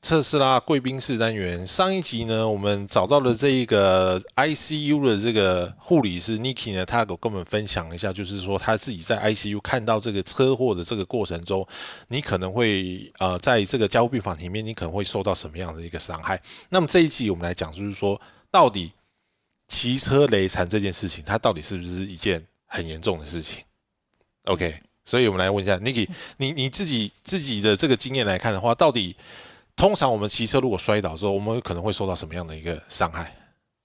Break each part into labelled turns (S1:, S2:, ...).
S1: 特斯拉贵宾室单元。上一集呢，我们找到了这一个 ICU 的这个护理师 Niki 呢，他有跟我们分享一下，就是说他自己在 ICU 看到这个车祸的这个过程中，你可能会呃，在这个加护病房里面，你可能会受到什么样的一个伤害？那么这一集我们来讲，就是说到底骑车雷残这件事情，它到底是不是一件很严重的事情？OK，所以我们来问一下 Niki，你你自己自己的这个经验来看的话，到底通常我们骑车如果摔倒之后，我们可能会受到什么样的一个伤害？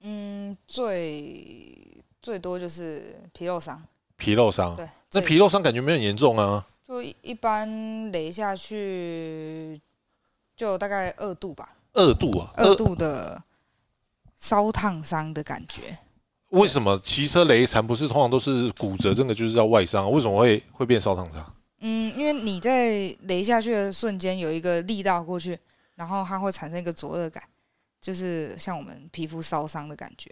S2: 嗯，最最多就是皮肉伤，
S1: 皮肉伤。
S2: 对，
S1: 那
S2: 最
S1: 哦皮肉伤感觉没有很严重啊。
S2: 就一一般雷下去就大概二度吧，
S1: 二度啊，
S2: 二度的烧烫伤的感觉。
S1: 为什么骑车雷残不是通常都是骨折，这个就是叫外伤啊、为什么会会变烧烫伤？
S2: 嗯，因为你在雷下去的瞬间有一个力道过去，然后它会产生一个灼热感，就是像我们皮肤烧伤的感觉。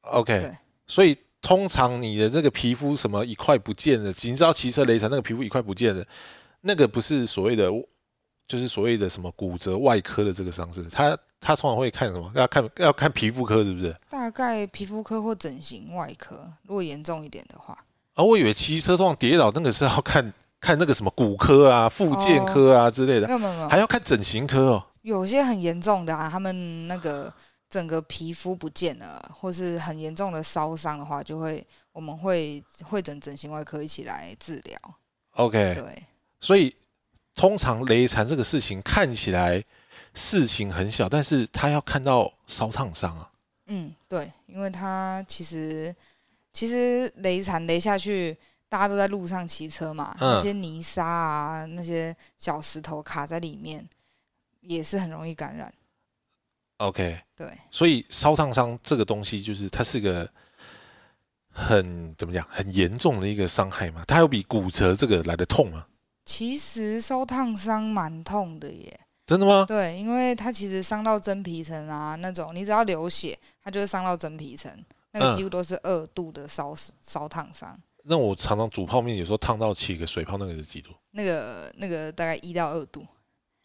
S1: OK，
S2: 对
S1: 所以通常你的那个皮肤什么一块不见了，你知道骑车雷残那个皮肤一块不见了，那个不是所谓的，就是所谓的什么骨折外科的这个伤势，他他通常会看什么？要看要看皮肤科是不是？
S2: 大概皮肤科或整形外科，如果严重一点的话，
S1: 啊，我以为骑车通常跌倒那个是要看看那个什么骨科啊、复健
S2: 哦
S1: 科啊之类的，
S2: 没有没有没有
S1: 还，要看整形科哦。
S2: 有些很严重的啊，他们那个整个皮肤不见了，啊或是很严重的烧伤的话，就会我们会会整整形外科一起来治疗。
S1: OK，
S2: 对，
S1: 所以通常雷残这个事情看起来事情很小，但是他要看到烧烫伤啊。
S2: 嗯，对，因为它其实其实雷残雷下去，大家都在路上骑车嘛，
S1: 嗯
S2: 那些泥沙啊，那些小石头卡在里面，也是很容易感染。
S1: OK，
S2: 对，
S1: 所以烧烫伤这个东西就是它是个很怎么讲很严重的一个伤害嘛，它有比骨折这个来的痛啊吗？
S2: 其实烧烫伤蛮痛的耶。
S1: 真的吗？
S2: 对，因为它其实伤到真皮层啊，那种你只要流血，它就会伤到真皮层，那
S1: 嗯
S2: 个几乎都是二度的烧死烧烫伤，
S1: 那我常常煮泡面，有时候烫到起个水泡，那个是几度？
S2: 那个那个大概一到二度，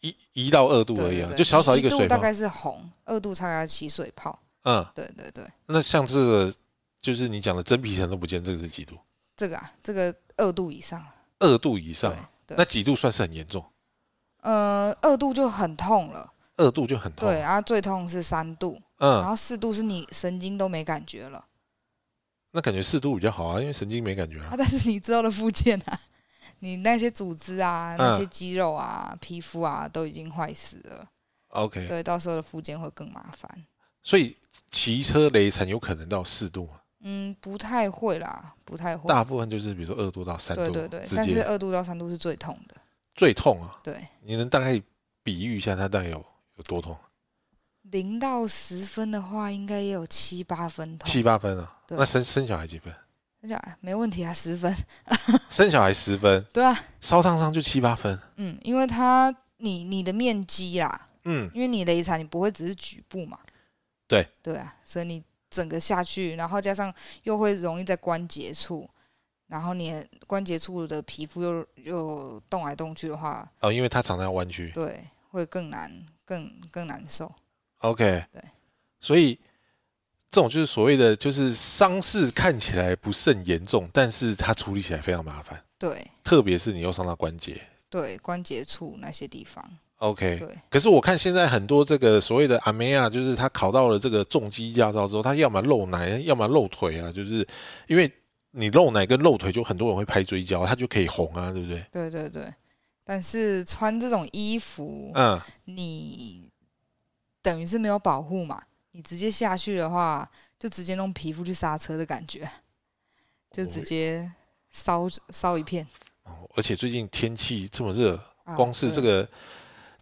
S1: 一一到二度
S2: 对
S1: 而已
S2: 对
S1: 啊，
S2: 对，
S1: 就小小一个
S2: 度
S1: 水
S2: 大
S1: 泡。
S2: 概是红，二度大概起水泡，
S1: 嗯，
S2: 对对对，
S1: 那像这个就是你讲的真皮层都不见，这个是几度？
S2: 这个啊，这个二度以上，
S1: 二度以上
S2: 对
S1: 啊，
S2: 对
S1: 那，几度算是很严重？
S2: 呃，二度就很痛了，
S1: 二度就很痛。
S2: 对，啊，最痛是三度，然
S1: 嗯，
S2: 后四度是你神经都没感觉了，
S1: 那感觉四度比较好啊，因为神经没感觉啊
S2: 啊，。 但是你之后的附件啊， 你那些组织
S1: 嗯
S2: 啊、那些肌肉啊、皮肤啊都已经坏死了，
S1: OK，
S2: 啊对，到时候的附件会更麻烦。
S1: 所以骑车雷残有可能到四度嘛，
S2: 嗯，不太会啦，不太会。
S1: 大部分就是比如说二度到三
S2: 对
S1: 度，
S2: 对对，
S1: 直
S2: 但是
S1: 接
S2: 二度到三度是最痛的。
S1: 最痛啊。
S2: 对，
S1: 你能大概比喻一下它大概有有多痛？
S2: 零到十分的话，应该也有七八分痛。
S1: 七八分啊？
S2: 对
S1: 那生生小孩几分？
S2: 那就哎没问题啊，十分。
S1: 生小孩十分，
S2: 对啊，
S1: 烧烫伤就七八分。
S2: 嗯，因为它你你的面积啦，
S1: 嗯，
S2: 因为你雷残，你不会只是局部嘛。
S1: 对。
S2: 对啊，所以你整个下去，然后加上又会容易在关节处，然后你的关节处的皮肤又又动来动去的话，
S1: 哦，因为它常常要弯曲。
S2: 对，会更难，更更难受。
S1: OK，
S2: 对，
S1: 所以这种就是所谓的，就是伤势看起来不甚严重，但是它处理起来非常麻烦，
S2: 对
S1: 特别是你又伤到关节。
S2: 对，关节处那些地方，
S1: OK，
S2: 对，
S1: 可是我看现在很多这个所谓的阿梅亚，啊就是他考到了这个重击驾照之后，他要么露奶，要么露腿啊，就是因为你露奶跟露腿，就很多人会拍追焦，他就可以红啊，对不对？
S2: 对对对。但是穿这种衣服，
S1: 嗯，
S2: 你等于是没有保护嘛，你直接下去的话，就直接弄皮肤去刹车的感觉，就直接烧烧一片。
S1: 哦而且最近天气这么热，
S2: 啊
S1: 光是
S2: 对
S1: 这个、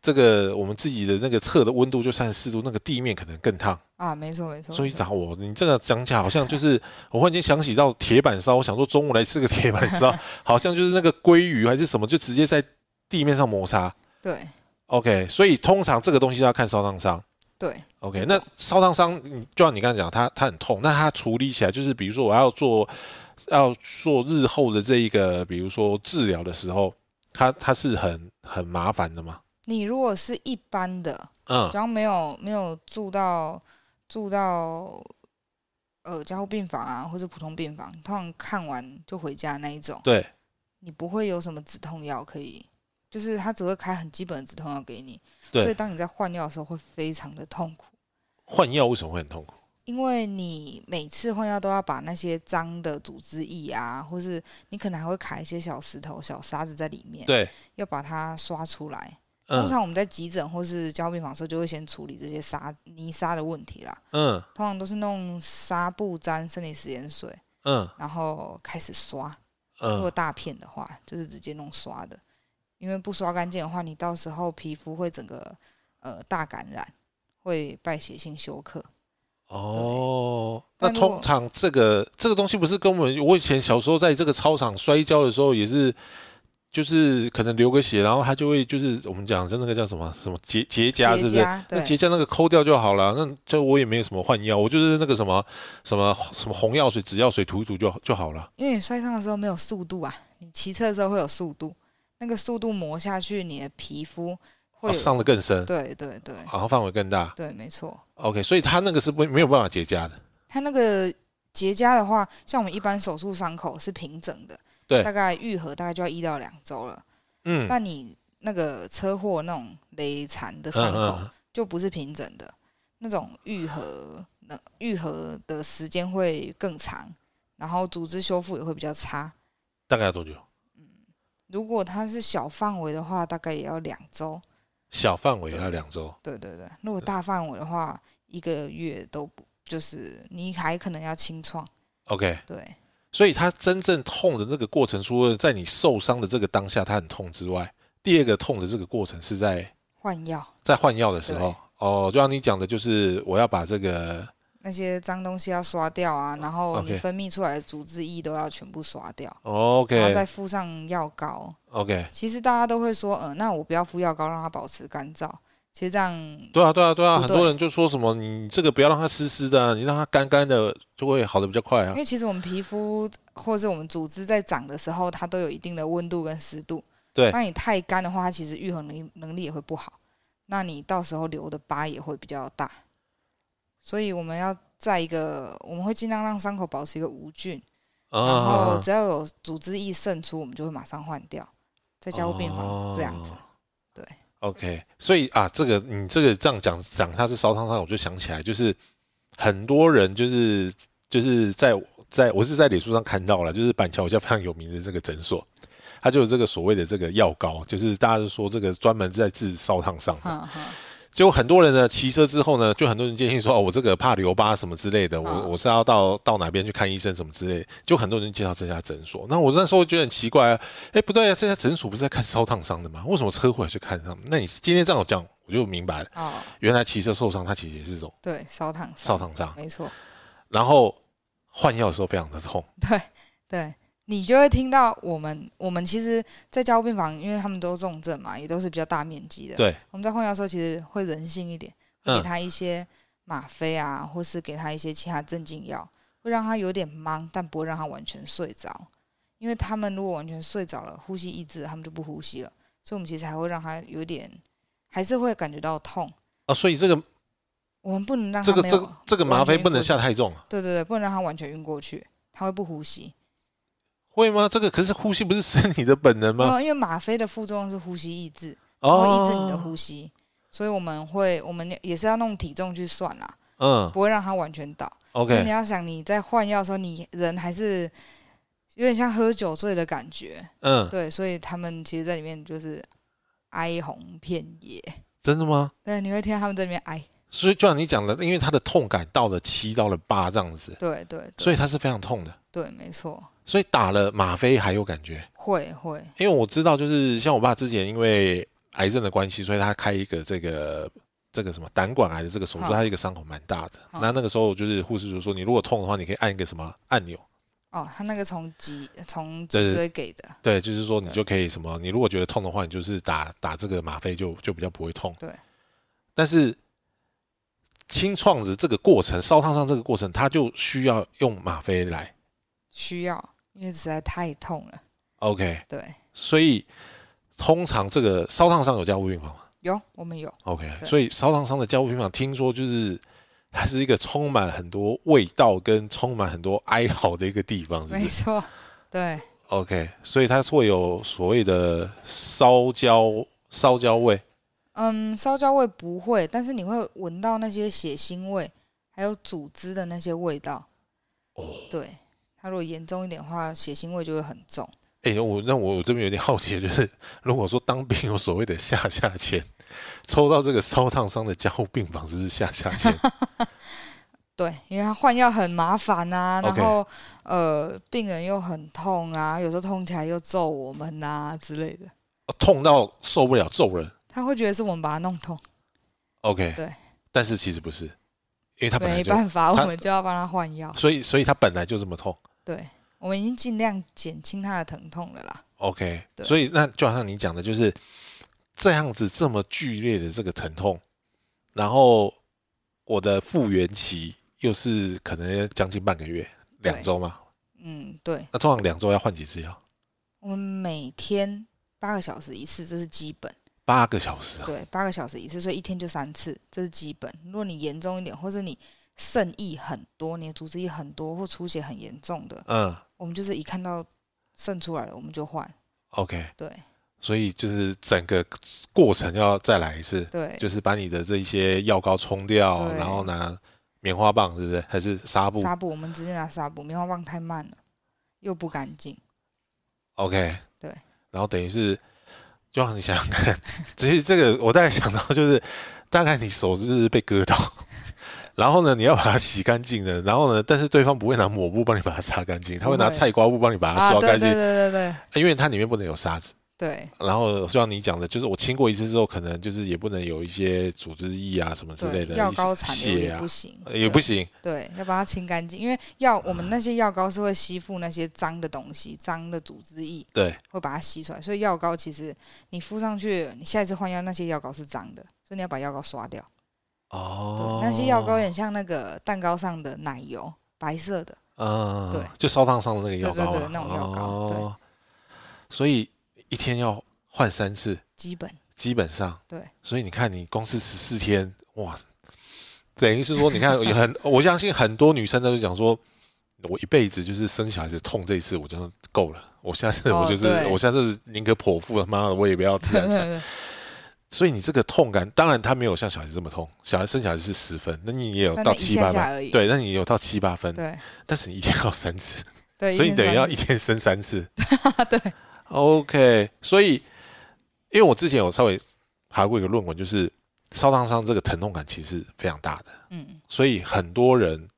S1: 这个我们自己的那个测的温度就三十四度，那个地面可能更烫。
S2: 啊，没错没错，
S1: 所以
S2: 没错
S1: 打我，你这个讲起来好像就是，我忽然间想起到铁板烧，我想说中午来吃个铁板 烧，好像就是那个鲑鱼还是什么，就直接在地面上摩擦。
S2: 对
S1: OK，所以通常这个东西要看烧烫伤。
S2: 对
S1: OK，
S2: 这
S1: 那
S2: 种
S1: 烧烫伤，你就像你刚才讲，它它很痛，那它处理起来就是，比如说我要做要做日后的这一个，比如说治疗的时候，它它是很很麻烦的嘛。
S2: 你如果是一般的，
S1: 嗯
S2: 只要没有没有住到住到呃加护病房啊，或者普通病房，通常看完就回家那一种，
S1: 对，
S2: 你不会有什么止痛药可以，就是他只会开很基本的止痛药给你，
S1: 对
S2: 所以当你在换药的时候会非常的痛苦，
S1: 换药为什么会很痛苦？
S2: 因为你每次换药都要把那些脏的组织液啊，或是你可能还会卡一些小石头、小沙子在里面，
S1: 对，
S2: 要把它刷出来。通
S1: 嗯
S2: 常我们在急诊或是交病房的时候，就会先处理这些沙泥沙的问题啦。
S1: 嗯
S2: 通常都是弄纱布沾生理食盐水，
S1: 嗯
S2: 然后开始刷。如果
S1: 嗯，
S2: 大片的话，就是直接弄刷的，因为不刷干净的话，你到时候皮肤会整个呃大感染，会败血性休克。
S1: 哦，
S2: 对
S1: 那
S2: 但如果
S1: 通常这个这个东西不是跟我们我以前小时候在这个操场摔跤的时候也是。就是可能流个血，然后它就会就是我们讲就那个叫什么什么结结痂，是不
S2: 结
S1: 是？
S2: 痂
S1: 那
S2: 对
S1: 结痂那个抠掉就好了，那这我也没有什么换药，我就是那个什么什么什么红药水、紫药水涂一涂就就好了。
S2: 因为你摔伤的时候没有速度啊，你骑车的时候会有速度，那个速度磨下去，你的皮肤会
S1: 哦、
S2: 有、
S1: 上的更深，
S2: 对对对
S1: 然后范围更大。
S2: 对，没错。
S1: OK，所以它那个是不没有办法结痂的。
S2: 它那个结痂的话，像我们一般手术伤口是平整的，
S1: 对
S2: 大概愈合大概就要一到两周了。
S1: 嗯，
S2: 但你那个车祸那种勒残的
S1: 嗯
S2: 伤口，就不是平整的，那种愈合那愈合的时间会更长，然后组织修复也会比较差。
S1: 大概要多久？
S2: 如果它是小范围的话，大概也要两周。
S1: 小范围啊要两周。
S2: 对对对，如果大范围的话，一个月都不，就是你还可能要清创。
S1: OK，
S2: 对
S1: 所以它真正痛的那个过程，除了在你受伤的这个当下它很痛之外，第二个痛的这个过程是在
S2: 换药。
S1: 在换药的时候
S2: 对。
S1: 哦，就像你讲的，就是我要把这个
S2: 那些脏东西要刷掉啊，然后
S1: OK
S2: 你分泌出来的组织液都要全部刷掉，然后
S1: OK
S2: 再敷上药膏。
S1: OK，
S2: 其实大家都会说，嗯、那我不要敷药膏，让它保持干燥。其实这样
S1: 对啊，对啊，对啊，
S2: 不
S1: 很
S2: 对
S1: 多人就说什么你这个不要让它湿湿的啊、你让它干干的就会好的比较快啊
S2: 因。为其实我们皮肤或是我们组织在长的时候，它都有一定的温度跟湿度。
S1: 对
S2: 当你太干的话，它其实愈合能力能力也会不好，那你到时候留的疤也会比较大。所以我们要在一个，我们会尽量让伤口保持一个无菌，然后
S1: 啊，
S2: 只要有组织液渗出，我们就会马上换掉，在加护病
S1: 哦
S2: 房这样子。对
S1: ，OK，所以啊，这个你这个这样讲讲它是烧烫伤，我就想起来，就是很多人就是就是在在我是在脸书上看到了，就是板桥有一家非常有名的这个诊所，它就有这个所谓的这个药膏，就是大家就说这个专门在治烧烫伤的。
S2: 嗯嗯，
S1: 结果很多人呢骑车之后呢，就很多人建议说哦，我这个怕留疤什么之类的，我
S2: 嗯
S1: 我是要到到哪边去看医生什么之类的，就很多人介绍这家诊所。那我那时候觉得很奇怪、啊，哎，不对啊，这家诊所不是在看烧烫伤的吗？为什么车祸还去看上？那你今天这样讲，我就明白了，
S2: 哦，
S1: 原来骑车受伤它其实也是这种
S2: 对，烧烫
S1: 烧
S2: 伤，
S1: 烫伤，
S2: 没错，
S1: 然后换药的时候非常的痛，
S2: 对对，你就会听到我们我们其实，在加护病房，因为他们都重症嘛，也都是比较大面积的。
S1: 对，
S2: 我们在换药的时候，其实会人性一点，会
S1: 嗯
S2: 给他一些吗啡啊，或是给他一些其他镇静药，会让他有点懵，但不会让他完全睡着，因为他们如果完全睡着了，呼吸抑制了，他们就不呼吸了，所以我们其实还会让他有点，还是会感觉到痛。
S1: 啊，所以这个
S2: 我们不能让
S1: 这
S2: 他
S1: 个
S2: 没有，
S1: 这个这个吗啡不能下太重啊，
S2: 对对对，不能让他完全晕过去，他会不呼吸。
S1: 会吗？这个可是呼吸不是身体的本能吗？
S2: 呃，因为吗啡的副作用是呼吸抑制，它会抑制你的
S1: 哦，
S2: 呼吸，所以我们会我们也是要弄体重去算啦，
S1: 嗯
S2: 不会让它完全倒。所以你
S1: ，OK，
S2: 要想你在换药的时候，你人还是有点像喝酒醉的感觉，
S1: 嗯，
S2: 对，所以他们其实在里面就是哀鸿遍野，
S1: 真的吗？
S2: 对，你会听到他们在里面哀，
S1: 所以就像你讲的，因为它的痛感到了七到了八这样子，
S2: 对对
S1: 所
S2: 对
S1: 以它是非常痛的。
S2: 对，没错，
S1: 所以打了吗啡还有感觉，
S2: 会会，
S1: 因为我知道，就是像我爸之前因为癌症的关系，所以他开一个这个这个什么胆管癌的这个手术，
S2: 好
S1: 他一个伤口蛮大的。
S2: 好
S1: 那那个时候就是护士就说，你如果痛的话，你可以按一个什么按钮，
S2: 哦，他那个从脊从
S1: 对对
S2: 脊椎给的，
S1: 对，就是说你就可以什么，你如果觉得痛的话，你就是打打这个吗啡就就比较不会痛。
S2: 对，
S1: 但是清创的这个过程，烧烫伤这个过程，它就需要用吗啡来。
S2: 需要，因为实在太痛了，
S1: OK，
S2: 对，
S1: 所以通常这个烧烫伤有加护病房吗？
S2: 有，我们有，
S1: OK，
S2: 对
S1: 所以烧烫伤的交互平板，听说就是它是一个充满很多味道跟充满很多哀嚎的一个地方，是不
S2: 没
S1: 是
S2: 错，对，
S1: ？OK，所以它会有所谓的烧焦烧焦味。
S2: 嗯，烧焦味不会，但是你会闻到那些血腥味，还有组织的那些味道。
S1: 哦，
S2: 对，它如果严重一点的话，血腥味就会很重。
S1: 哎、我那我我这边有点好奇， 就是如果说当兵有所谓的下下签，抽到这个烧烫伤的交互病房，是不是下下 签？
S2: 对，因为它换药很麻烦啊，然
S1: OK
S2: 后呃，病人又很痛啊，有时候痛起来又揍我们啊之类的，
S1: 哦痛到受不了揍人
S2: 他会觉得是我们把他弄痛，
S1: ？OK，
S2: 对，
S1: 但是其实不是，因为他本来
S2: 没
S1: 就，
S2: 办法，
S1: 他
S2: 我们就要帮他换药。
S1: 所以所以他本来就这么痛。
S2: 对，我们已经尽量减轻他的疼痛了啦。
S1: OK，
S2: 对
S1: 所以那就好像你讲的，就是这样子这么剧烈的这个疼痛，然后我的复原期又是可能将近半个月，
S2: 对
S1: 两周嘛。
S2: 嗯，对，
S1: 那通常两周要换几次药？
S2: 我们每天八个小时一次，这是基本。
S1: 八个小时啊。
S2: 对，八个小时一次，所以一天就三次，这是基本。如果你严重一点，或是你肾液很多，你的组织液很多，或出血很严重的，
S1: 嗯
S2: 我们就是一看到肾出来了，我们就换。
S1: ，OK，
S2: 对
S1: 所以就是整个过程要再来一次，
S2: 对，
S1: 就是把你的这一些药膏冲掉，
S2: 对
S1: 然后拿棉花棒，是不是？还是纱布
S2: 纱布我们直接拿纱布，棉花棒太慢了，又不干净。
S1: ？OK，
S2: 对。
S1: 然后等于是，就让你想想看， 只是这个我大概想到就是，大概你手是被割 到，然后呢，你要把它洗干净的，然后呢，但是对方不会拿抹布帮你把它擦干净，他会拿
S2: 不会
S1: 菜瓜布帮你把它
S2: 啊，
S1: 刷
S2: 对
S1: 干
S2: 对
S1: 净，
S2: 对对对
S1: 因为它里面不能有沙子。
S2: 对
S1: 然后就像你讲的，就是我清过一次之后，可能就是也不能有一些组织液啊什么之类的，
S2: 对对，药
S1: 一些
S2: 膏残留
S1: 血
S2: 也
S1: 啊
S2: 不行，
S1: 也不行。啊
S2: 对，对要把它清干净，因为药我们那些药膏是会吸附那些脏的东西，脏的组织液，
S1: 对，
S2: 会把它吸出来。所以药膏其实你敷上去，你下一次换药那些药膏是脏的，所以你要把药膏刷掉。对
S1: 哦，
S2: 那些药膏有点像那个蛋糕上的奶油，白色的。
S1: 嗯，
S2: 对
S1: 就烧烫伤的那个药膏啊，
S2: 对对对那种药膏
S1: 哦，所以一天要换三次，
S2: 基本
S1: 基本上
S2: 对，
S1: 所以你看你公司十四天，哇，等于是说你看有很， 我相信很多女生都是讲说，我一辈子就是生小孩子痛这一次我就够了，我下次
S2: 哦
S1: 我就是、
S2: 对
S1: 我下次宁可剖腹，他妈的我也不要自然 产。所以你这个痛感，当然它没有像小孩子这么痛，小孩生小孩子是十分，那你也有
S2: 那
S1: 到
S2: 那一
S1: 七
S2: 下
S1: 八
S2: 下
S1: 分，
S2: 而已。
S1: 对，那你也有到七八分，
S2: 对
S1: 但是你一天要三次。
S2: 对，
S1: 所以你
S2: 天
S1: 等于
S2: 三
S1: 要
S2: 次
S1: 一天生三次。
S2: 对
S1: OK，所以因为我之前有稍微爬过一个论文，就是烧烫伤这个疼痛感其实是非常大的，
S2: 嗯，
S1: 所以很多人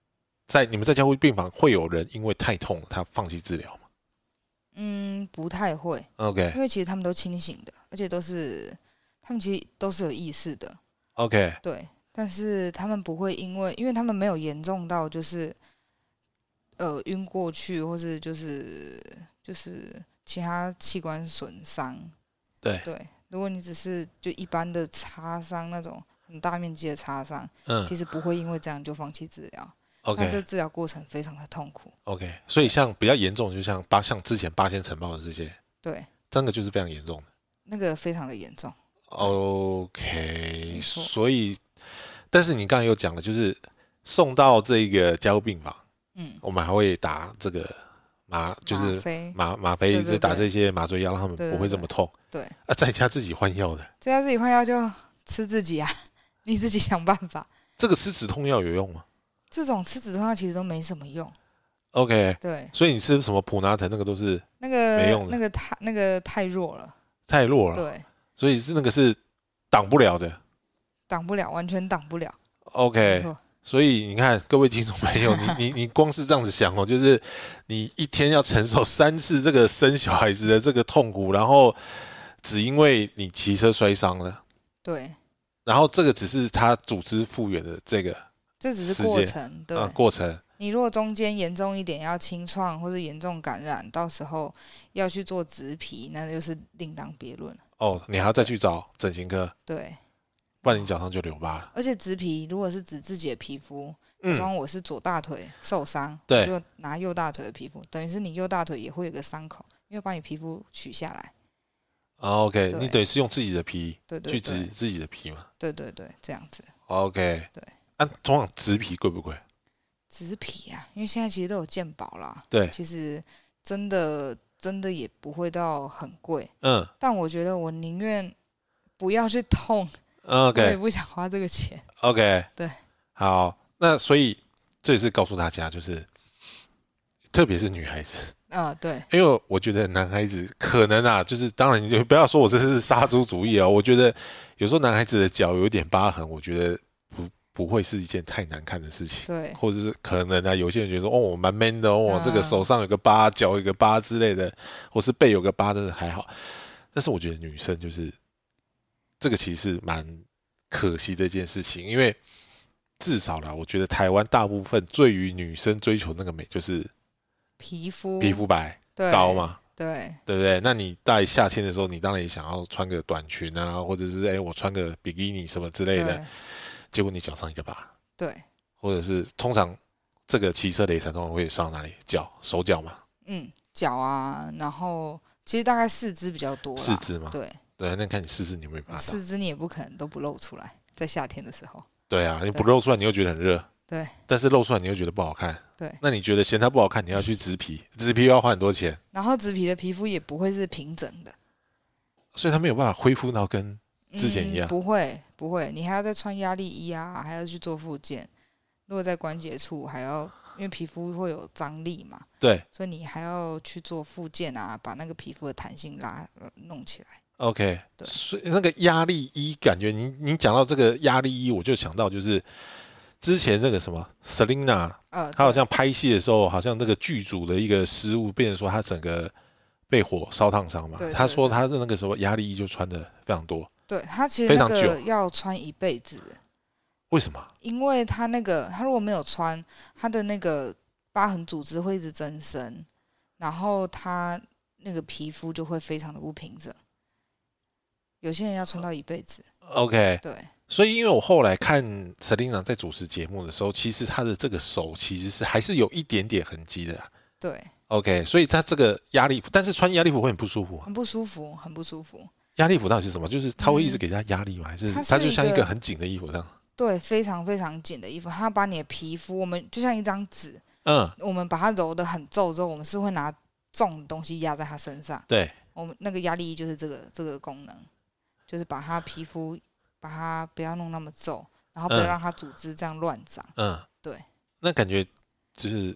S1: 在你们在交互病房会有人因为太痛了，他放弃治疗嘛
S2: 嗯，不太会，
S1: ？OK
S2: 因为其实他们都清醒的，而且都是他们其实都是有意识的，
S1: OK，
S2: 对，但是他们不会因为，因为他们没有严重到就是，呃，晕过去，或是就是就是其他器官损伤。
S1: 对
S2: 对，如果你只是就一般的擦伤那种很大面积的擦伤，
S1: 嗯
S2: 其实不会因为这样就放弃治疗。那这
S1: ，OK
S2: 治疗过程非常的痛苦。
S1: OK，所以像比较严重，就像八像之前八仙城堡的这些，
S2: 对，
S1: 真的就是非常严重的。
S2: 那个非常的严重。
S1: OK，
S2: 没错
S1: 所以但是你刚才又讲了，就是送到这个加护病房。
S2: 嗯，
S1: 我们还会打这个麻，就是
S2: 吗啡
S1: 吗吗啡，
S2: 对
S1: 就
S2: 对
S1: 是打
S2: 对
S1: 这些麻醉药，让他们
S2: 对对
S1: 不会这么痛。
S2: 对，
S1: 啊，在家自己换药的，
S2: 在家自己换药就吃自己啊， 你自己想办法。
S1: 这个吃止痛药有用吗
S2: 这种吃止痛药其实都没什么用。
S1: ？OK，
S2: 对，
S1: 所以你吃什么普拿疼那个都是
S2: 那
S1: 没
S2: 个
S1: 用的
S2: 那个太那个太弱了，
S1: 太弱了，
S2: 对，
S1: 所以是那个是挡不了的。
S2: 挡不了，完全挡不了。没
S1: OK，
S2: 错，
S1: 所以你看各位听众朋友，你你你光是这样子想哦，就是你一天要承受三次这个生小孩子的这个痛苦，然后只因为你骑车摔伤了，
S2: 对，
S1: 然后这个只是他组织复原的这个
S2: 这只
S1: 世
S2: 是
S1: 界
S2: 过程。对，
S1: 呃过程。
S2: 你如果中间严重一点要清创或者严重感染，到时候要去做植皮，那就是另当别论了。
S1: 哦，你还要再去找整形科，
S2: 对，
S1: 不然你脚上就留疤了。
S2: 而且植皮如果是指自己的皮肤，假
S1: 嗯，
S2: 装我是左大腿受伤，
S1: 对
S2: 我就拿右大腿的皮肤，等于是你右大腿也会有个伤口，因为把你皮肤取下来，
S1: 啊，OK，
S2: 对
S1: 你等于是用自己的皮
S2: 对对
S1: 去植
S2: 对
S1: 自己的皮嘛
S2: 对对对，这样子
S1: ，OK，
S2: 对，
S1: 啊，通常植皮贵不贵？
S2: 植皮啊，因为现在其实都有健保啦，
S1: 对，
S2: 其实真的真的也不会到很贵，
S1: 嗯
S2: 但我觉得我宁愿不要去痛，我也
S1: ，OK
S2: 不想花这个钱。
S1: OK，
S2: 对，
S1: 好，那所以这也是告诉大家，就是特别是女孩子，
S2: 啊，对，
S1: 因为我觉得男孩子可能啊， 就是当然你就不要说我这是杀猪主义啊、我觉得有时候男孩子的脚有一点疤痕，我觉得不不会是一件太难看的事情。
S2: 对，
S1: 或者是可能啊，有些人觉得说，哦，我蛮 man 的哦，我
S2: 嗯
S1: 这个手上有个疤，脚有个疤之类的，或是背有个疤，真的还好。但是我觉得女生就是这个其实是蛮可惜的一件事情，因为至少啦，我觉得台湾大部分对于女生追求那个美就是
S2: 皮肤
S1: 皮肤白
S2: 对
S1: 高，嘛，
S2: 嗯对
S1: 对不对？那你在夏天的时候，你当然也想要穿个短裙啊，或者是哎我穿个比基尼什么之类的，
S2: 对
S1: 结果你脚上一个疤，
S2: 对，
S1: 或者是通常这个骑车雷神通常会伤哪里？脚、手脚嘛，
S2: 嗯，脚啊，然后其实大概四肢比较多啦，
S1: 四肢嘛。啊
S2: 对，
S1: 对，啊那看你四肢你有没有把它打。
S2: 四肢你也不可能都不露出来，在夏天的时候，
S1: 对啊，你不露出来，你又觉得很热。
S2: 对。
S1: 但是露出来，你又觉得不好看。
S2: 对
S1: 那你觉得嫌它不好看，你要去植皮，植皮又要花很多钱，
S2: 然后植皮的皮肤也不会是平整的，
S1: 所以它没有办法恢复到跟之前一样
S2: 嗯、不会不会，你还要再穿压力衣啊，还要去做复健，如果在关节处还要。因为皮肤会有张力嘛，
S1: 对。
S2: 所以你还要去做复健啊，把那个皮肤的弹性拉呃弄起来。
S1: OK，
S2: 对
S1: 所以那个压力衣，感觉你你讲到这个压力衣，我就想到就是之前那个什么 Selina
S2: 呃，
S1: 他好
S2: 对
S1: 像拍戏的时候，好像那个剧组的一个失误，变成说他整个被火烧烫伤嘛
S2: 对。对
S1: 他说他的那个时候压力衣就穿的非常多，
S2: 对他其
S1: 非
S2: 实那
S1: 常久
S2: 个要穿一辈子，
S1: 为什么？
S2: 因为他那个他如果没有穿，他的那个疤痕组织会一直增生，然后他那个皮肤就会非常的不平整。有些人要穿到一辈子，
S1: OK，
S2: 对
S1: 所以因为我后来看 Selina 在主持节目的时候，其实她的这个手其实是还是有一点点痕迹的啊。
S2: 对，
S1: OK，所以她这个压力服，但是穿压力服会很不舒服啊。
S2: 很不舒服，很不舒服，
S1: 压力服到底是什么？就是它会一直
S2: 嗯
S1: 给她压力吗？还是
S2: 它是
S1: 它就像
S2: 一
S1: 一
S2: 个
S1: 个很紧的衣服这样？
S2: 对，非常非常紧的衣服，它把你的皮肤，我们就像一张纸，
S1: 嗯，
S2: 我们把它揉得很皱之后，我们是会拿重的东西压在它身上。
S1: 对，
S2: 我们那个压力衣就是这个这个功能，就是把它皮肤把它不要弄那么皱，然后不要
S1: 嗯
S2: 让它组织这样乱长。
S1: 嗯，
S2: 对，
S1: 那感觉就是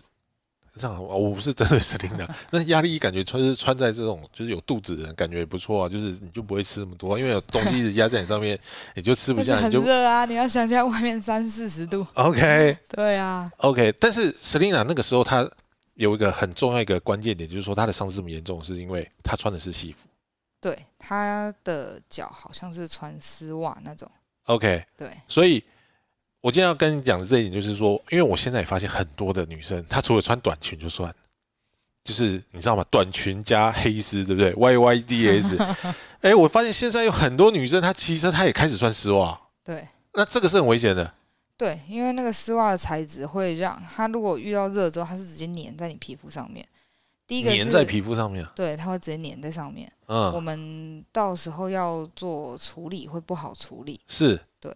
S1: 这样。哦我不是针对 Selina，那压力感觉穿是穿在这种就是有肚子的人，感觉也不错啊。就是你就不会吃那么多，因为有东西一直压在你上面，你就吃不
S2: 但是
S1: 下，你
S2: 很
S1: 就
S2: 热啊！你要想象外面三四十度，
S1: OK
S2: 对啊，
S1: OK。但是 Selina 那个时候她有一个很重要一个关键点，就是说她的伤势这么严重，是因为她穿的是西服。
S2: 对，他的脚好像是穿丝袜那种，
S1: OK，
S2: 对
S1: 所以。我今天要跟你讲的这一点就是说，因为我现在也发现很多的女生，她除了穿短裙就算，就是你知道吗？短裙加黑丝，对不对？Y Y D S，哎、我发现现在有很多女生，她骑车她也开始穿丝袜，
S2: 对
S1: 那这个是很危险的。
S2: 对，因为那个丝袜的材质会让它如果遇到热之后，它是直接粘在你皮肤上面。第一个
S1: 粘
S2: 是
S1: 在，皮肤上面，
S2: 对，它会直接粘在上面。我
S1: 嗯，
S2: 们到时候要做处理会不好处理，
S1: 是，
S2: 对，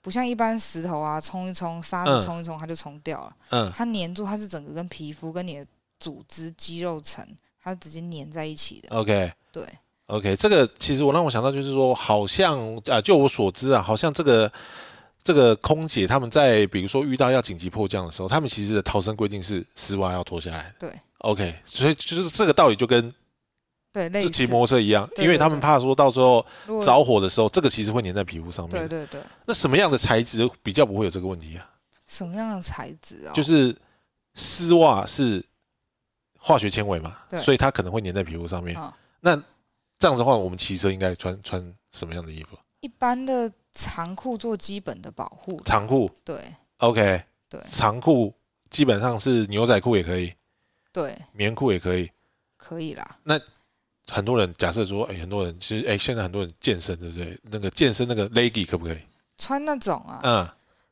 S2: 不像一般石头啊，冲一冲，沙
S1: 嗯
S2: 子冲一冲，它就冲掉了。
S1: 嗯，
S2: 它粘住，它是整个跟皮肤跟你的组织、肌肉层，它直接粘在一起的。
S1: OK
S2: 对，
S1: OK，这个其实我让我想到就是说，好像啊、就我所知啊，好像这个这个空姐他们在比如说遇到要紧急迫降的时候，他们其实的逃生规定是丝袜要脱下来的。
S2: 对
S1: ，OK，所以就是这个道理就跟
S2: 对，类
S1: 就
S2: 似
S1: 骑摩托车一样，
S2: 对
S1: 因为
S2: 对
S1: 他们
S2: 对
S1: 怕说到时候
S2: 如果
S1: 着火的时候，这个其实会粘在皮肤上
S2: 对
S1: 面。
S2: 对对，
S1: 那什么样的材质比较不会有这个问题啊？
S2: 什么样的材质哦？
S1: 就是丝袜是化学纤维嘛，
S2: 对
S1: 所以它可能会粘在皮肤上面。
S2: 啊
S1: 那这样子的话，我们骑车应该穿穿什么样的衣服？
S2: 一般的长裤做基本的保护。
S1: 长裤
S2: 对
S1: ，OK，
S2: 对
S1: 长裤基本上是牛仔裤也可以，
S2: 对，
S1: 棉裤也可以。
S2: 可以啦。
S1: 很多人假设说，哎、很多人其实，哎、现在很多人健身，对不对？那个健身那个 leggy 可不可以？
S2: 穿那种啊，
S1: 嗯，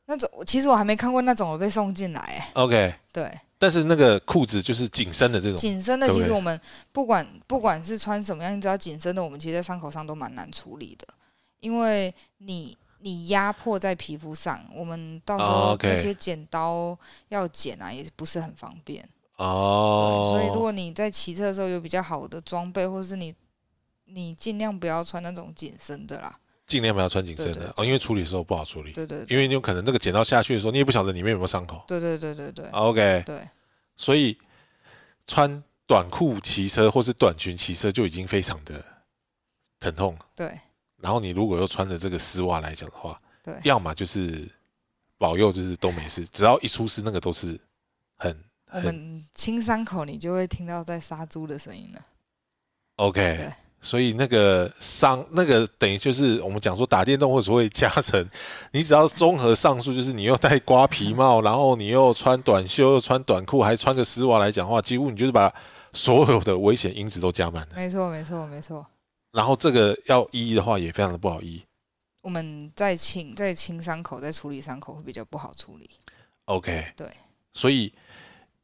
S2: 那种其实我还没看过那种有被送进来、欸，
S1: OK，
S2: 对，
S1: 但是那个裤子就是紧身的这种，
S2: 紧身的
S1: 对不
S2: 其
S1: 对
S2: 实我们不管不管是穿什么样，你只要紧身的，我们其实在伤口上都蛮难处理的，因为你你压迫在皮肤上，我们到时
S1: 哦
S2: 候
S1: ，OK
S2: 那些剪刀要剪啊，也不是很方便。
S1: 哦，
S2: 对，所以如果你在骑车的时候有比较好的装备，或是你你尽量不要穿那种紧身的啦。
S1: 尽量不要穿紧身的
S2: 对对对
S1: 哦，因为处理的时候不好处理，
S2: 对对对
S1: 因为你有可能那个剪刀下去的时候，你也不晓得里面有没有伤口。
S2: 对对对对对
S1: OK，
S2: 对
S1: 所以穿短裤骑车或是短裙骑车就已经非常的疼痛，
S2: 对
S1: 然后你如果又穿着这个丝袜来讲的话，
S2: 对
S1: 要么就是保佑就是都没事，只要一出事那个都是很
S2: 我
S1: 很
S2: 们清伤口，你就会听到在杀猪的声音了。
S1: OK，
S2: 对
S1: 所以那个伤，那个等于就是我们讲说打电动或所谓加成，你只要综合上述，就是你又戴瓜皮 帽，然后你又穿短袖，又穿短裤，还穿个丝袜来讲话，几乎你就是把所有的危险因子都加满了。
S2: 没错没错没错，
S1: 然后这个要医的话，也非常的不好医。
S2: 我们在清在清伤口，在处理伤口会比较不好处理。
S1: OK，
S2: 对，
S1: 所以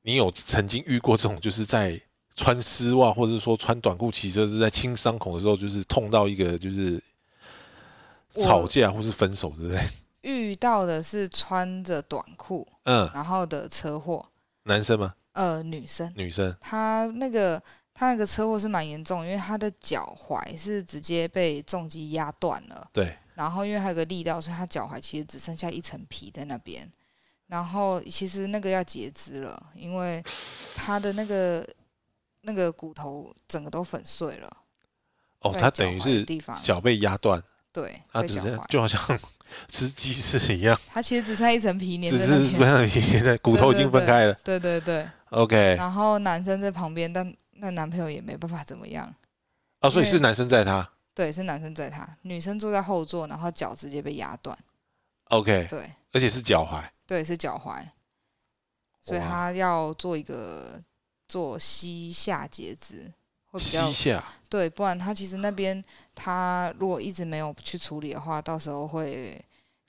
S1: 你有曾经遇过这种，就是在穿丝袜或者说穿短裤骑车，是在清伤口的时候，就是痛到一个就是
S2: 我
S1: 吵架或是分手之类的。
S2: 遇到的是穿着短裤
S1: 嗯，
S2: 然后的车祸，
S1: 男生吗？
S2: 呃，女生
S1: 女生？
S2: 她那个她那个车祸是蛮严重，因为她的脚踝是直接被重击压断了。
S1: 对，
S2: 然后因为还有个力道，所以他脚踝其实只剩下一层皮在那边。然后其实那个要截肢了，因为他的那个那个骨头整个都粉碎了。
S1: 哦，
S2: 在
S1: 他
S2: 脚
S1: 等于
S2: 踝
S1: 是
S2: 的地方，
S1: 脚被压断，
S2: 对，
S1: 他
S2: 在
S1: 只
S2: 脚
S1: 是
S2: 踝，
S1: 就好像吃鸡翅一样，
S2: 他其实只剩下一层皮粘
S1: 只
S2: 在那
S1: 是不
S2: 边。
S1: 像现在骨头已经分开了。
S2: 对对对，
S1: OK，
S2: 然后男生在旁边，但那男朋友也没办法怎么样。
S1: 哦，所以
S2: 因为
S1: 是男生载他。
S2: 对，是男生载他，女生坐在后座，然后脚直接被压断。
S1: OK，
S2: 对
S1: 而且是脚踝。
S2: 对，是脚踝。所以
S1: 哇
S2: 他要做一个做膝下截肢，会比较
S1: 膝下
S2: 对，不然他其实那边他如果一直没有去处理的话，到时候会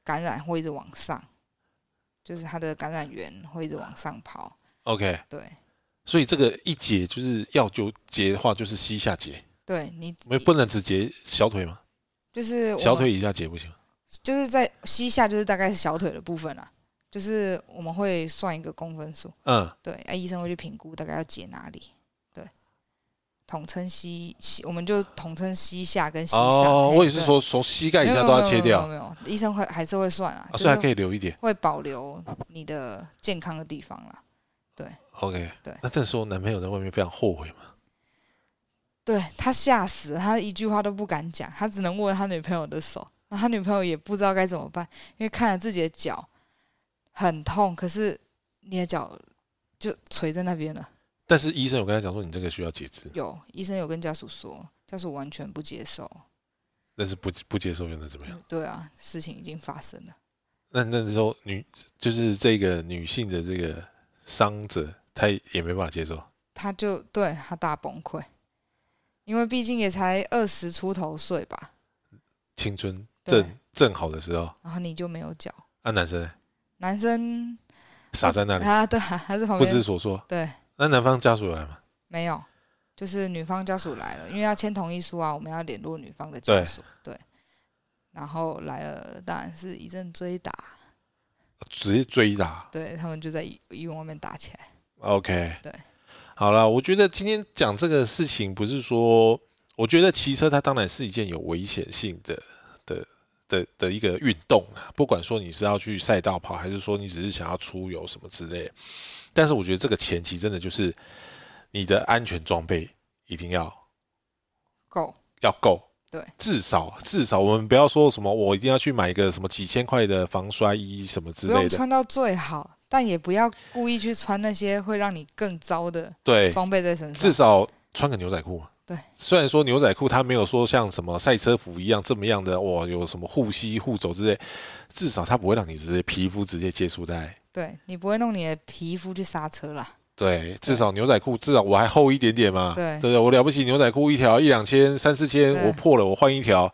S2: 感染会一直往上，就是他的感染源会一直往上跑。
S1: OK，
S2: 对，
S1: 所以这个一解就是要就结的话，就是膝下结，
S2: 对你
S1: 没不能只结小腿吗？
S2: 就是我
S1: 小
S2: 们
S1: 腿以下结不行吗。
S2: 就是在膝下，就是大概是小腿的部分啊，就是我们会算一个公分数，
S1: 嗯，
S2: 对，啊，医生会去评估大概要解哪里，对，统称膝膝，我们就统称膝下跟膝上。
S1: 哦，
S2: 嘿
S1: 我也是
S2: 对
S1: 说从膝盖以
S2: 没
S1: 下
S2: 有
S1: 都要切
S2: 没
S1: 掉，
S2: 有没有没有没有医生会还是会算啊，
S1: 啊
S2: 就
S1: 所以还可
S2: 是
S1: 以留一点。
S2: 会保留你的健康的地方啦。
S1: OK，
S2: 对
S1: 那这时候男朋友在外面非常后悔嘛？
S2: 对他吓死了，他一句话都不敢讲，他只能握他女朋友的手，那他女朋友也不知道该怎么办，因为看着自己的脚很痛，可是你的脚就垂在那边了。
S1: 但是医生有跟他讲说，你这个需要截肢，
S2: 有医生有跟家属说，家属完全不接受。
S1: 但是不不接受又能怎么样？
S2: 对啊，事情已经发生了。
S1: 那那时候女就是这个女性的这个伤者，她也没办法接受。
S2: 他就对他大崩溃，因为毕竟也才二十出头岁吧，
S1: 青春
S2: 对
S1: 正正好的时候，
S2: 然后你就没有脚，
S1: 那、男生呢
S2: 男生
S1: 傻在那里，
S2: 啊，对啊，他在旁
S1: 不知
S2: 边，
S1: 所措。
S2: 对，
S1: 那男方家属有来吗？
S2: 没有，就是女方家属来了，因为要签同意书啊，我们要联络女方的家属，对，然后来了，当然是一阵追打，
S1: 直接追打。
S2: 对他们就在医医院外面打起来，
S1: OK，
S2: 对，
S1: 好了，我觉得今天讲这个事情，不是说，我觉得骑车它当然是一件有危险性的的的的一个运动啊，不管说你是要去赛道跑，还是说你只是想要出游什么之类，但是我觉得这个前提真的就是你的安全装备一定要
S2: 够，
S1: 要够。
S2: 对，
S1: 至少至少我们不要说什么，我一定要去买一个什么几千块的防摔衣什么之
S2: 不
S1: 类
S2: 用
S1: 的。
S2: 穿到最好，但也不要故意去穿那些会让你更糟的
S1: 对，
S2: 装备在身
S1: 哎至
S2: 上，
S1: 少穿个牛仔裤嘛。
S2: 对，
S1: 虽然说牛仔裤它没有说像什么赛车服一样这么样的，哇，有什么护膝、护肘之类，至少它不会让你直接皮肤直接接触在。
S2: 对你不会弄你的皮肤去刹车啦，
S1: 对，至少牛仔裤至少我还厚一点点嘛。
S2: 对
S1: 对不对，我了不起牛仔裤一条一两千、三四千，
S2: 对
S1: 我破了我换一条，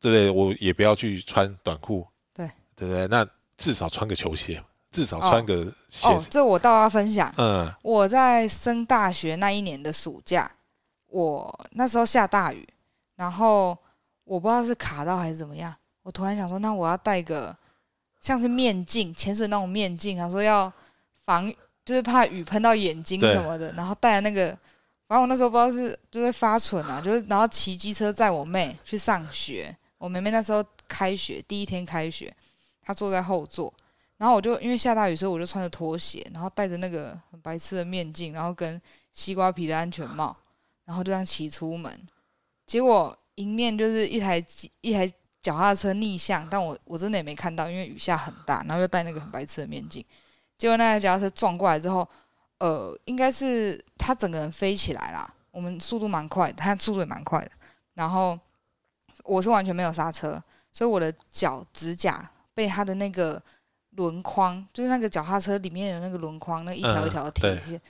S1: 对不对？我也不要去穿短裤。
S2: 对，
S1: 对不对？那至少穿个球鞋，至少
S2: 哦
S1: 穿个鞋
S2: 哦
S1: 子。，
S2: 这我倒要分享。
S1: 嗯，
S2: 我在升大学那一年的暑假，我那时候下大雨，然后我不知道是卡到还是怎么样，我突然想说，那我要戴个像是面镜，潜水那种面镜，他说要防，就是怕雨喷到眼睛
S1: 对
S2: 什么的，然后戴了那个。反正我那时候不知道是就会发蠢啊，就是然后骑机车载我妹去上学。我妹妹那时候开学第一天开学，她坐在后座，然后我就因为下大雨，所以我就穿着拖鞋，然后戴着那个很白痴的面镜，然后跟西瓜皮的安全帽，然后就这样骑出门。结果迎面就是一台机一台脚踏车逆向，但我我真的也没看到，因为雨下很大，然后又戴那个很白痴的面镜。结果那台脚踏车撞过来之后，呃，应该是他整个人飞起来啦。我们速度蛮快的，他速度也蛮快的。然后我是完全没有刹车，所以我的脚指甲被他的那个轮框，就是那个脚踏车里面有那个轮框，那一条一条的铁
S1: 嗯对
S2: 线，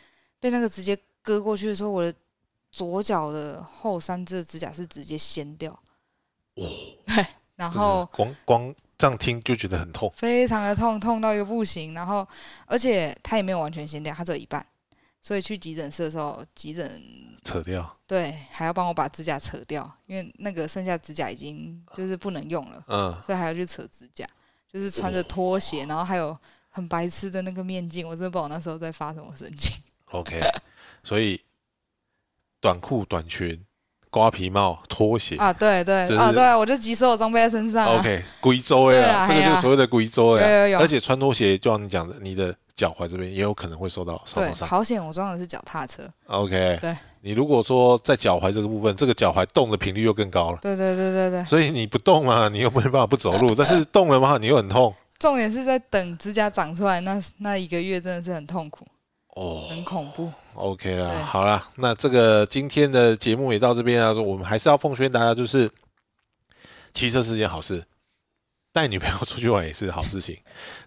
S2: 被那个直接割过去的时候，我的左脚的后三只的指甲是直接掀掉。 对，
S1: 真的
S2: 然后
S1: 光光这样听就觉得很痛。
S2: 非常的痛，痛到一个不行。然后，而且它也没有完全掀掉，它只有一半。所以去急诊室的时候，急诊
S1: 扯掉，
S2: 对还要帮我把指甲扯掉，因为那个剩下指甲已经就是不能用了，
S1: 嗯，
S2: 所以还要去扯指甲。就是穿着拖鞋，然后还有很白痴的那个面镜，我真的不知道我那时候在发什么神经。
S1: OK，所以短裤、短裙、瓜皮帽、拖鞋。
S2: 啊，对对
S1: 这是
S2: 啊，对，我就集所有装备在身上、啊。
S1: OK，贵州哎啦，这
S2: 对啦
S1: 个
S2: 啊
S1: 就是所谓的贵州哎
S2: 有有
S1: 啦，
S2: 有
S1: 而且穿拖鞋，就像你讲的，你的脚踝这边也有可能会受到受
S2: 对
S1: 到，伤。
S2: 好险我装的是脚踏车。
S1: OK，
S2: 对
S1: 你如果说在脚踝这个部分，这个脚踝动的频率又更高了，
S2: 对对对对对，
S1: 所以你不动嘛，你又没办法不走 路，但是动了嘛，你又很痛
S2: 重点是在等指甲长出来那那一个月真的是很痛苦，
S1: 哦。
S2: 很恐怖。
S1: OK 啦，
S2: 对
S1: 好啦，那这个今天的节目也到这边啊，我们还是要奉劝大家，就是骑车是件好事，带女朋友出去玩也是好事情，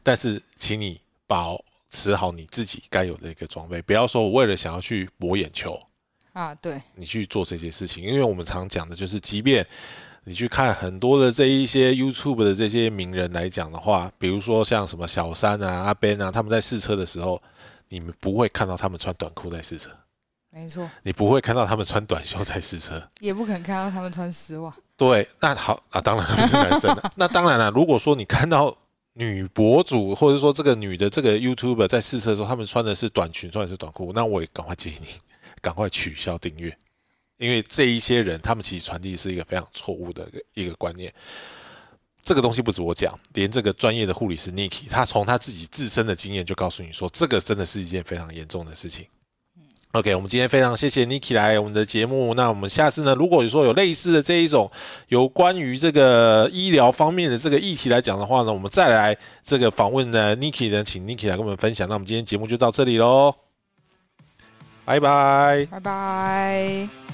S1: 但是请你保持好你自己该有的一个装备，不要说我为了想要去博眼球，
S2: 啊，对，
S1: 你去做这些事情，因为我们常讲的就是，即便你去看很多的这一些 YouTube 的这些名人来讲的话，比如说像什么小三啊、阿 Ben 啊，他们在试车的时候，你们不会看到他们穿短裤在试车。
S2: 没错，
S1: 你不会看到他们穿短袖在试车。
S2: 也不肯看到他们穿丝袜。
S1: 对，那好啊，当然他 们是男生了。那当然了，如果说你看到女博主或者说这个女的这个 YouTuber 在试车的时候，他们穿的是短裙，穿的是短裤，那我也赶快建议你赶快取消订阅，因为这一些人他们其实传递是一个非常错误的一个一个观念。这个东西不止我讲，连这个专业的护理师 Niki，他从他自己自身的经验就告诉你说，这个真的是一件非常严重的事情。OK，我们今天非常谢谢 Niki 来我们的节目。那我们下次呢，如果说有类似的这一种有关于这个医疗方面的这个议题来讲的话呢，我们再来这个访问呢 Niki 呢，请 Niki 来跟我们分享。那我们今天节目就到这里喽，拜拜。
S2: 拜拜。